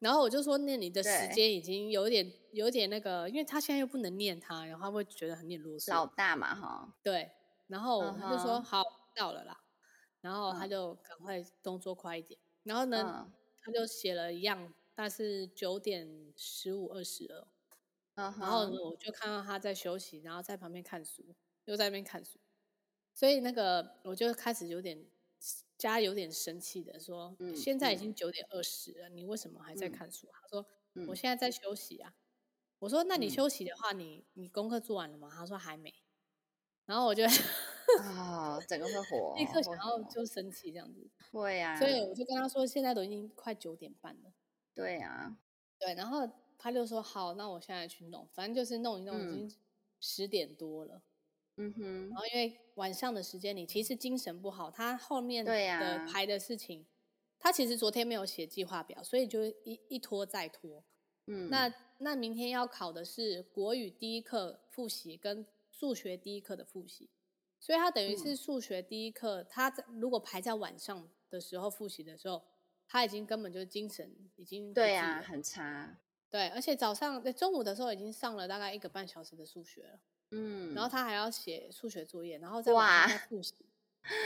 S1: 然后我就说，那你的时
S2: 对
S1: 间已经有点有点那个，因为他现在又不能念他，然后他会觉得很点啰
S2: 老
S1: 嗦。
S2: 大嘛哈，
S1: 对，然后他就说、
S2: 嗯哼
S1: 好到了啦，然后他
S2: 嗯
S1: 就赶快动作快一点，然后呢，
S2: 嗯
S1: 他就写了一样，但是九点十五二十二，
S2: 嗯
S1: 然后呢
S2: 哼，
S1: 我就看到他在休息，然后在旁边看书，又在那边看书，所以那个我就开始有点家有点生气的说，
S2: 嗯
S1: 现在已
S2: 嗯
S1: 经九点二十了，你为什么还在
S2: 嗯
S1: 看书？啊他说我
S2: 嗯
S1: 现在在休息啊。我说那你
S2: 嗯
S1: 休息的话，你你功课做完了吗？他说还没。然后我就
S2: 啊，整个会火，
S1: 立刻
S2: 会
S1: 想要
S2: 火
S1: 就生气这样子，
S2: 会哦啊，
S1: 所以我就跟他说，现在都已经快九点半了。
S2: 对啊，
S1: 对，然后他就说好，那我现在去弄，反正就是弄一弄，已
S2: 嗯
S1: 经十点多了。
S2: 嗯哼
S1: 然，后因为晚上的时间你其实精神不好，他后面
S2: 对
S1: 的
S2: 呀
S1: 排的事情，他其实昨天没有写计划表，所以就一一拖再拖。
S2: 嗯，
S1: 那那明天要考的是国语第一课复习跟数学第一课的复习，所以他等于
S2: 嗯
S1: 是数学第一课，他在如果排在晚上的时候复习的时候，他已经根本就精神已经不
S2: 对
S1: 济
S2: 啊，
S1: 了
S2: 很差，
S1: 对，而且早上对中午的时候已经上了大概一个半小时的数学了。
S2: 嗯，
S1: 然后他还要写数学作业，然后再晚上
S2: 哇
S1: 再复习，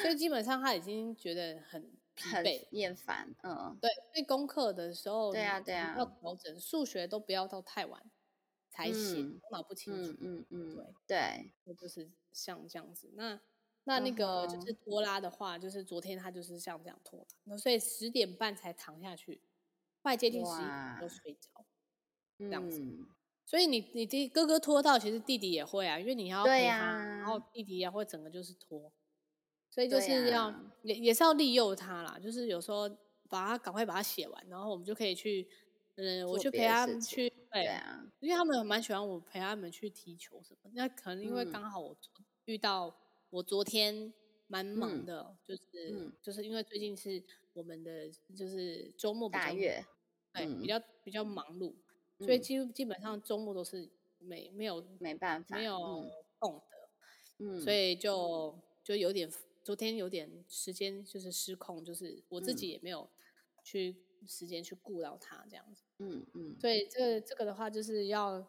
S1: 所以基本上他已经觉得很疲
S2: 很
S1: 惫。
S2: 厌烦，嗯，
S1: 对，所以功课的时候，
S2: 对啊
S1: 你
S2: 对
S1: 你
S2: 啊
S1: 要调整数学都不要到太晚才写，
S2: 嗯
S1: 头脑不清楚
S2: 嗯，嗯嗯
S1: 对，
S2: 对，
S1: 那就是像这样子。那那那个就
S2: 嗯哼
S1: 是拖拉的话，就是昨天他就是像这样拖拉，那所以十点半才躺下去，快接近十一点就
S2: 哇
S1: 睡着。
S2: 这
S1: 样子
S2: 嗯、
S1: 所以你你弟哥哥拖到，其实弟弟也会啊，因为你要
S2: 对
S1: 陪他，
S2: 呀
S1: 然后弟弟也会整个就是拖，所以就
S2: 对啊
S1: 是要、
S2: 呀
S1: 也也是要利诱他啦，就是有时候把他赶快把它写完，然后我们就可以去，嗯，我
S2: 做
S1: 去
S2: 别
S1: 陪
S2: 的
S1: 他
S2: 事
S1: 们
S2: 情
S1: 去，对，
S2: 对啊，
S1: 因为他们蛮喜欢我陪他们去踢球什么，那可能因为
S2: 嗯
S1: 刚好我昨遇到我昨天蛮忙
S2: 嗯
S1: 的，就是、
S2: 嗯
S1: 就是因为最近是我们的就是周末比较
S2: 大
S1: 忙
S2: 月，
S1: 对，比
S2: 嗯
S1: 较比较忙碌，所以
S2: 嗯
S1: 基基本上周末都是没没有
S2: 没办法，
S1: 没有空的，
S2: 嗯，嗯，
S1: 所以就就有点昨天有点时间就是失控，就是我自
S2: 嗯
S1: 己也没有去时间去顾到他这样子，
S2: 嗯嗯，
S1: 所以这个这个的话就是要。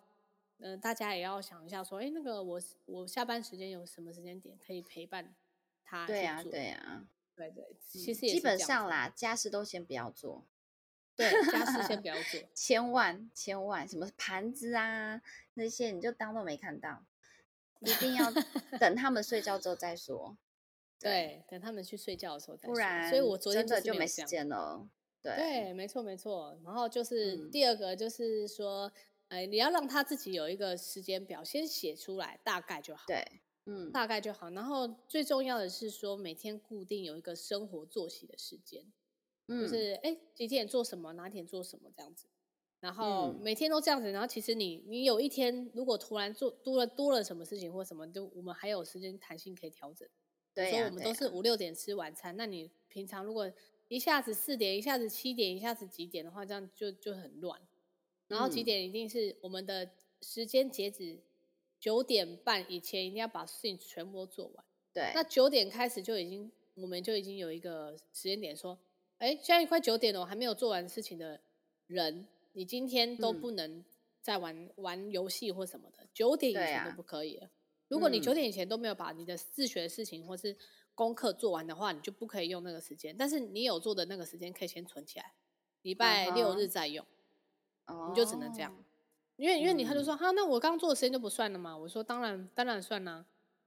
S1: 嗯、大家也要想一下，说，哎、那个我我下班时间有什么时间点可以陪伴他去
S2: 对啊
S1: 做
S2: 对啊，
S1: 对对，
S2: 嗯
S1: 其实也是
S2: 基
S1: 这
S2: 本
S1: 样
S2: 上
S1: 子，
S2: 啦，家事都先不要做，
S1: 对，家事 先不要做，
S2: 千万千万，什么盘子啊那些，你就当都没看到，一定要等他们睡觉之后 再说，
S1: 对，等他们去睡觉的时候再
S2: 不
S1: 说。
S2: 然
S1: 所以我昨天
S2: 真的
S1: 是
S2: 就
S1: 没有
S2: 没
S1: 这
S2: 时
S1: 样。
S2: 间了。对，
S1: 对，没错没错。然后就是、
S2: 嗯
S1: 第二个，就是说，呃，你要让他自己有一个时间表，先写出来，大概就好，
S2: 对，嗯，
S1: 大概就好。然后最重要的是说，每天固定有一个生活作息的时间，就
S2: 嗯
S1: 是哎、诶几点做什么，哪点做什么这样子。然后
S2: 嗯
S1: 每天都这样子，然后其实你你有一天如果突然做多了多了什么事情或什么，就我们还有时间弹性可以调整。
S2: 对
S1: 说
S2: 呀、
S1: 我们
S2: 对
S1: 都
S2: 呀
S1: 是五六点吃晚餐，那你平常如果一下子四点，一下子七点，一下子几点的话，这样就就很乱。然后几
S2: 嗯
S1: 点一定是我们的时间截止，九点半以前一定要把事情全部都做完。
S2: 对，
S1: 那九点开始就已经，我们就已经有一个时间点说，哎，现在快九点了，我还没有做完事情的人，你今天都
S2: 嗯
S1: 不能再玩、玩游戏或什么的，九点以
S2: 对
S1: 前
S2: 啊
S1: 都不可以了。如果你九
S2: 嗯
S1: 点以前都没有把你的自学的事情或是功课做完的话，你就不可以用那个时间。但是你有做的那个时间可以先存起来，礼拜六日
S2: 嗯哼
S1: 再用，
S2: 哦
S1: 你就只能这样。因为因为你他就
S2: 嗯
S1: 说哈、那我刚做的时间就不算了嘛。我说当然当然算啦、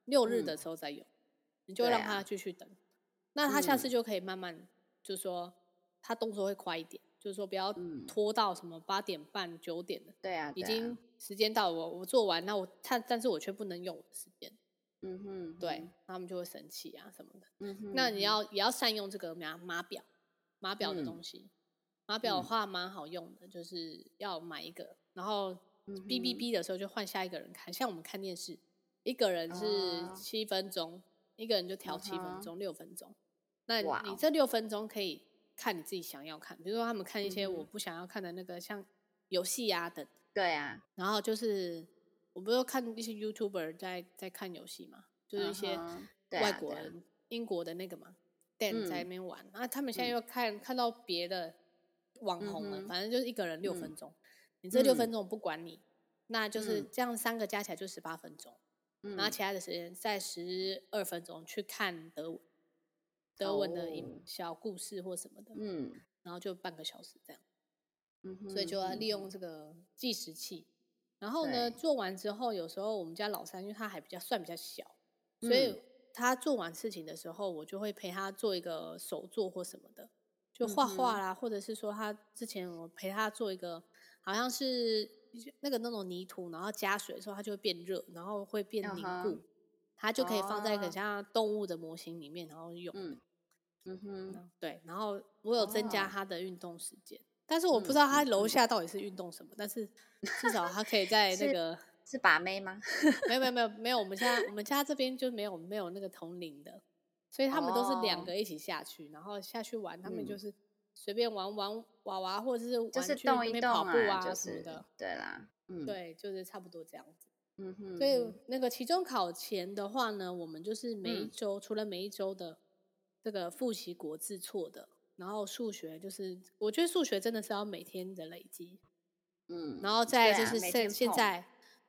S1: 六日的
S2: 嗯
S1: 时候再用，你就
S2: 对
S1: 让
S2: 啊
S1: 他继续等。那他下次
S2: 嗯
S1: 就可以慢慢就说他动作会快一点，就是说不要
S2: 嗯
S1: 拖到什么八点半九点的，
S2: 对啊，
S1: 已
S2: 对啊
S1: 经时间到了我我做完，那我他但是我却不能用我的时间，
S2: 嗯哼，
S1: 对，他们就会生气啊什么的。
S2: 嗯哼，
S1: 那你
S2: 嗯哼
S1: 要也要善用这个码码表，码表的
S2: 嗯
S1: 东西，码表的
S2: 嗯
S1: 话蛮好用的，就是要买一个，然后
S2: 嗯哼
S1: 哔哔哔的时候就换下一个人看，像我们看电视，一个人是
S2: 哦
S1: 七分钟，一个人就调
S2: 嗯
S1: 七分
S2: 哼
S1: 钟、六分钟，那
S2: 哇
S1: 你
S2: 哦
S1: 这六分钟可以看你自己想要看，比如说他们看一些
S2: 嗯哼
S1: 我不想要看的那个像游戏啊等，
S2: 对啊，
S1: 然后就是我不是看一些 YouTuber 在在看游戏嘛，就是一些
S2: 嗯哼对
S1: 外
S2: 啊
S1: 国
S2: 对啊
S1: 人、英国的那个嘛，Dan 在那
S2: 嗯
S1: 边玩，那、他们现在又看看到别的网红了，
S2: 嗯哼
S1: 反正就是一个人六
S2: 嗯
S1: 分钟，你这六分
S2: 嗯
S1: 钟我不管你，那就是
S2: 嗯
S1: 这样三个加起来就十八分钟，
S2: 嗯
S1: 然后其他的时间在十二分钟去看德文德文的一
S2: 哦
S1: 小故事或什么的，
S2: 嗯
S1: 然后就半个小时这样，
S2: 嗯，
S1: 所以就要利
S2: 嗯
S1: 用这个计时器。然后呢，
S2: 对
S1: 做完之后，有时候我们家老三因为他还比较算比较小，所以
S2: 嗯
S1: 他做完事情的时候，我就会陪他做一个手作或什么的，就画
S2: 嗯
S1: 画
S2: 哼
S1: 啦，或者是说他之前我陪他做一个，好像是那个那种泥土，然后加水的时候它就会变热，然后会变
S2: 嗯
S1: 凝
S2: 哼
S1: 固，它就可以放在一个
S2: 哦
S1: 像动物的模型里面，然后用。
S2: 嗯嗯哼，
S1: 对，然后我有增加
S2: 哦
S1: 他的运动时间，但是我不知
S2: 嗯
S1: 道他楼下到底是运动什么，但是至少他可以在那
S2: 是
S1: 个
S2: 是把妹吗？
S1: 没有没有没有没有，我们家我们家这边就没有没有那个同龄的，所以他们都是两
S2: 哦
S1: 个一起下去，然后下去玩，他们就
S2: 嗯
S1: 是随便玩玩娃娃，或者是玩
S2: 就是
S1: 去那
S2: 动一
S1: 边
S2: 动
S1: 跑步
S2: 啊，
S1: 啊
S2: 就
S1: 什么
S2: 是
S1: 的，
S2: 对啦，嗯，，
S1: 对，就是差不多这样子。
S2: 嗯哼，
S1: 所以那个期中考前的话呢，我们就是每一
S2: 嗯
S1: 周、除了每一周的这个复习国字错的，然后数学就是，我觉得数学真的是要每天的累积，
S2: 嗯，
S1: 然后再
S2: 对
S1: 就
S2: 啊
S1: 是
S2: 每
S1: 现、
S2: 天
S1: 现
S2: 碰
S1: 在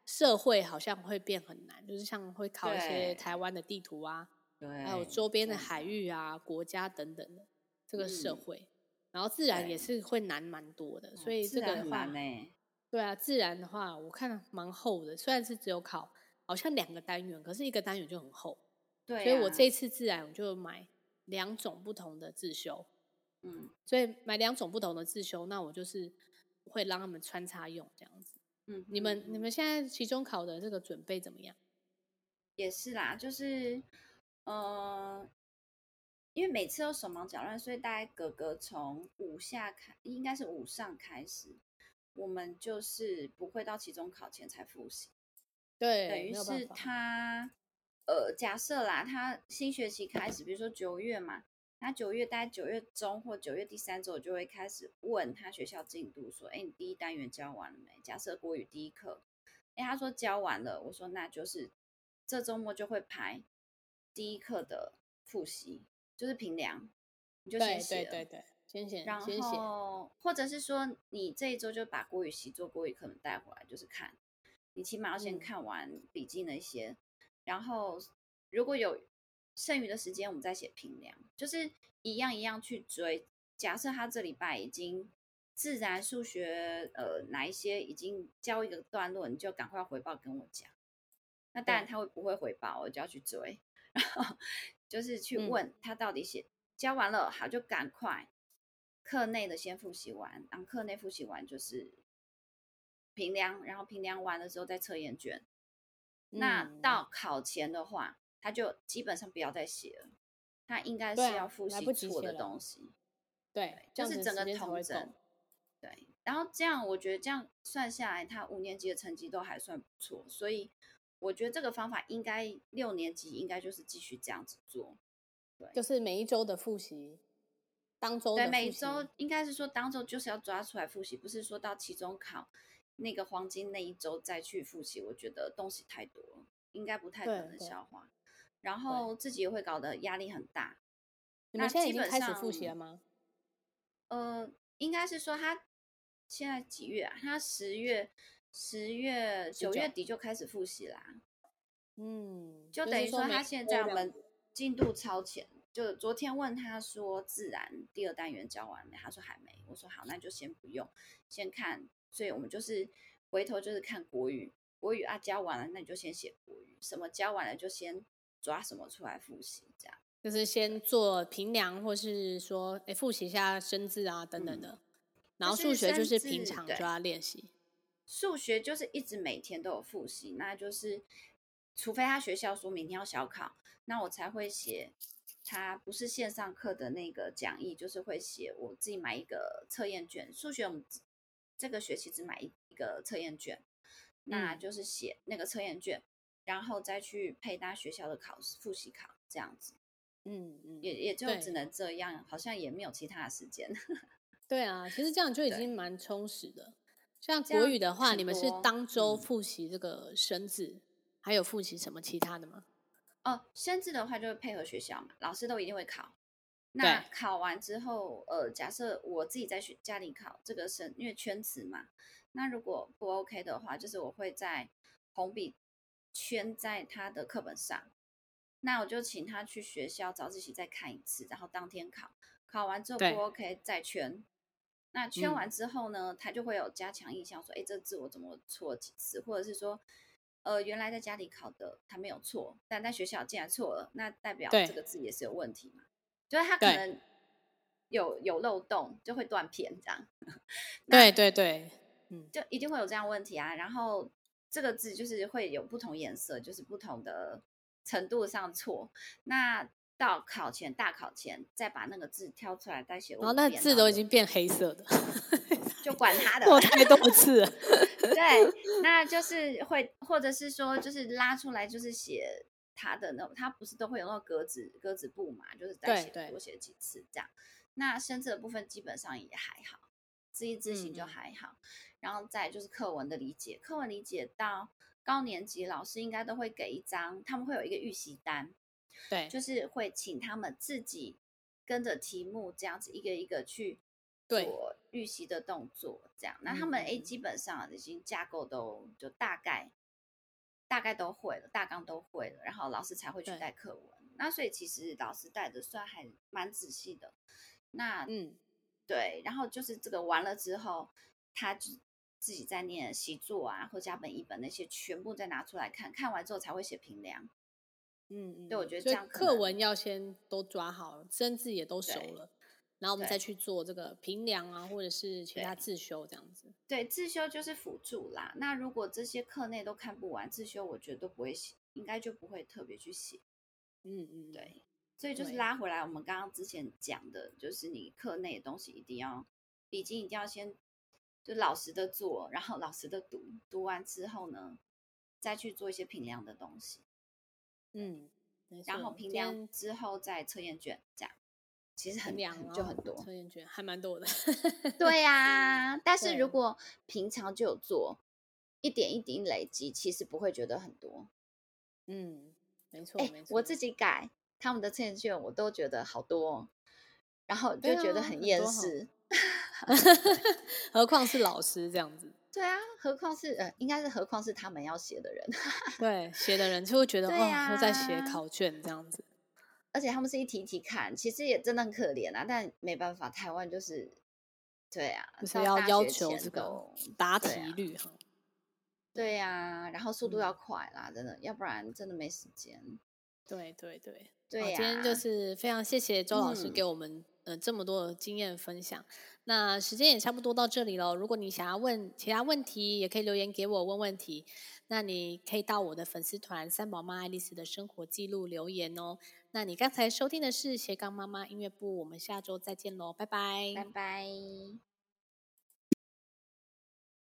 S1: 社会好像会变很难，就是像会考一些
S2: 对
S1: 台湾的地图啊，
S2: 对，
S1: 还有周边的
S2: 真
S1: 海域啊、国家等等的这个社
S2: 嗯
S1: 会，然后自然也
S2: 对
S1: 是
S2: 哦
S1: 会难蛮多的，所以
S2: 嗯
S1: 这
S2: 自
S1: 个
S2: 然
S1: 的
S2: 很
S1: 话
S2: 难呢、
S1: 对啊，自然的话，我看蛮厚的，虽然是只有考好像两个单元，可是一个单元就很厚，
S2: 对啊、
S1: 所以我这一次自然我就买两种不同的自修，
S2: 嗯
S1: 所以买两种不同的自修，那我就是会让他们穿插用这样子。
S2: 嗯，
S1: 你们
S2: 嗯
S1: 你们现在期中考的这个准备怎么样？
S2: 也是啦，就是呃，因为每次都手忙脚乱，所以大概哥哥从五下开，应该是五上开始，我们就是不会到期中考前才复习，
S1: 对，
S2: 等于
S1: 没有办
S2: 是
S1: 法。
S2: 他呃，假设啦，他新学期开始，比如说九月嘛。那九月大概九月中或九月第三周，我就会开始问他学校进度，说：“哎、你第一单元教完了没？假设国语第一课，哎、他说教完了，我说那就是这周末就会排第一课的复习，就是评量，你就
S1: 对
S2: 先写
S1: 对
S2: 了
S1: 对对，先写
S2: 然
S1: 先写，
S2: 后或者是说你这一周就把国语习作、国语课本带回来，就是看，你起码要先
S1: 嗯
S2: 看完笔记那些，然后如果有剩余的时间，我们再写评量，就是一样一样去追。假设他这礼拜已经自然、数学，呃，哪一些已经教一个段落，你就赶快回报跟我讲。那当然
S1: 对
S2: 他会不会回报，我就要去追， 然后就是去
S1: 嗯
S2: 问他到底写教完了，好就赶快课内的先复习完，然后课内复习完就是评量，然后评量完了之后再测验卷。那
S1: 嗯
S2: 到考前的话，他就基本上不要再写了，他应该是
S1: 对啊
S2: 要复
S1: 来
S2: 习
S1: 不及
S2: 错
S1: 写
S2: 的
S1: 了
S2: 东西。
S1: 对，这
S2: 就
S1: 样
S2: 是
S1: 子
S2: 整
S1: 时
S2: 个
S1: 间才
S2: 统
S1: 会够。
S2: 整。对，然后这样我觉得这样算下来，他五年级的成绩都还算不错，所以我觉得这个方法应该六年级应该就是继续这样子做。
S1: 就是每一周的复习，当周的
S2: 对，
S1: 复
S2: 每
S1: 习，
S2: 周应该是说当周就是要抓出来复习，不是说到期中考那个黄金那一周再去复习。我觉得东西太多了，应该不太可
S1: 对
S2: 能
S1: 对
S2: 消化，然后自己也会搞得压力很大。
S1: 你们
S2: 那
S1: 现在已
S2: 基
S1: 经
S2: 本
S1: 开始复
S2: 上
S1: 习了吗？
S2: 呃，应该是说他现在几月啊？他十月、十月、九月
S1: 19
S2: 底就开始复习啦，
S1: 嗯，
S2: 就是等于说
S1: 每
S2: 他
S1: 一
S2: 现
S1: 周
S2: 在
S1: 这
S2: 我
S1: 样
S2: 们进度超前。就昨天问他说自然第二单元教完没？他说还没。我说好，那就先不用，先看。所以我们就是回头就是看国语，国语啊教完了，那你就先写国语，什么教完了就先抓什么出来复习，这样。
S1: 就是先做评量，或是说哎复习一下生字啊等等
S2: 嗯
S1: 的。然后
S2: 就
S1: 数
S2: 是
S1: 学就
S2: 生
S1: 是平
S2: 字
S1: 常
S2: 对
S1: 就要练习，
S2: 数学就是一直每天都有复习，那就是除非他学校说明天要小考，那我才会写。他不是线上课的那个讲义，就是会写我自己买一个测验卷。数学我们只这个学期只买一一个测验卷，那
S1: 嗯
S2: 就是写那个测验卷，然后再去配搭学校的考试复习考这样子，
S1: 嗯嗯，
S2: 也也就
S1: 对
S2: 只能这样，好像也没有其他的时间。
S1: 对啊，其实这样就已
S2: 对
S1: 经蛮充实的。像
S2: 这
S1: 国
S2: 样
S1: 语的话，
S2: 很
S1: 你们是
S2: 多
S1: 当周
S2: 嗯
S1: 复习这个生字，还有复习什么其他的吗？
S2: 哦，生字的话就会配合学校嘛，老师都一定会考，那
S1: 对
S2: 考完之后，呃，假设我自己在学家里考这个生，因为圈词嘛，那如果不 OK 的话，就是我会在红笔圈在他的课本上，那我就请他去学校早自习再看一次，然后当天考，考完之后不
S1: 对
S2: OK 再圈。那圈
S1: 嗯
S2: 完之后呢，他就会有加强印象，说，哎，这字我怎么错几次，或者是说，呃，原来在家里考的他没有错，但在学校竟然错了，那代表
S1: 对
S2: 这个字也是有问题嘛？就是他可
S1: 对
S2: 能有有漏洞，就会断片这样，
S1: 对对对，嗯，
S2: 就一定会有这样问题啊。然后这个字就是会有不同颜色，就是不同的程度上错。那到考前大考前再把那个字挑出来再写五
S1: 然后哦
S2: 遍，
S1: 那字都已
S2: 就
S1: 经变黑色的，
S2: 就管他 的，
S1: 做太多次了。
S2: 对，那就是会，或者是说，就是拉出来，就是写他的那种，他不是都会有那种格子格子布嘛，就是再
S1: 对
S2: 写
S1: 对
S2: 多写几次这样。那生字的部分基本上也还好，字义字形就
S1: 嗯嗯
S2: 还好，然后再就是课文的理解，课文理解到高年级老师应该都会给一张，他们会有一个预习单，
S1: 对，
S2: 就是会请他们自己跟着题目这样子一个一个去
S1: 对
S2: 做预习的动作，这样。那他们
S1: 嗯嗯
S2: A
S1: 嗯
S2: 基本上已经架构都就大概大概都会了，大纲都会了，然后老师才会去
S1: 对
S2: 带课文。那所以其实老师带的算还蛮仔细的。那
S1: 嗯，
S2: 对，然后就是这个完了之后，他就自己在念习作啊或加本一本那些，全部再拿出来看，看完之后才会写评量。
S1: 嗯，
S2: 对我
S1: 嗯
S2: 觉得
S1: 所以
S2: 这样可
S1: 课
S2: 能
S1: 文要先都抓好了，生字也都熟
S2: 对
S1: 了，然后我们再
S2: 对
S1: 去做这个评量啊，或者是其他
S2: 对
S1: 自修这样子。
S2: 对，自修就是辅助啦。那如果这些课内都看不完，自修我觉得都不会写，应该就不会特别去写。
S1: 嗯嗯，
S2: 对所以就是
S1: 对
S2: 拉回来，我们刚刚之前讲的，就是你课内的东西一定要，笔记一定要先就老实的做，然后老实的读，读完之后呢，再去做一些评量的东西，
S1: 嗯，没
S2: 然
S1: 错
S2: 后评
S1: 今
S2: 量
S1: 天
S2: 之后再测验卷，这样其实很
S1: 评量然
S2: 就
S1: 后
S2: 很多。
S1: 测验 卷还蛮多的。
S2: 对呀、但是
S1: 对
S2: 如果平常就有做，一点一点累积，其实不会觉得很多。
S1: 嗯，没错
S2: 哎、
S1: 没错，
S2: 我自己改他们的测验卷，我都觉得好多、哦，然后就
S1: 对
S2: 觉得
S1: 啊
S2: 很
S1: 很
S2: 厌
S1: 多哈
S2: 世。
S1: 何况是老师这样子，
S2: 对啊，何况是呃，应该是何况是他们要写的人，
S1: 对写的人就会觉得
S2: 对
S1: 哦，又在写
S2: 呀
S1: 考卷这样子。
S2: 而且他们是一题一题看，其实也真的很可怜啊。但没办法，台湾就是对啊，
S1: 就是
S2: 到
S1: 要
S2: 大
S1: 要
S2: 学
S1: 求
S2: 前
S1: 这个
S2: 都
S1: 答
S2: 对
S1: 题
S2: 啊
S1: 率哈。
S2: 对呀、然后速度
S1: 嗯
S2: 要快啦，真的，要不然真的没时间。
S1: 对对对，
S2: 对啊
S1: 好
S2: 呀、
S1: 今天就是非常谢谢周老师
S2: 嗯
S1: 给我们、呃这么多的经验分享。那时间也差不多到这里喽。如果你想要问其他问题，也可以留言给我问问题。那你可以到我的粉丝团“三宝妈爱丽丝”的生活记录留言哦。那你刚才收听的是斜杠妈妈音乐部，我们下周再见喽，拜拜
S2: 拜拜。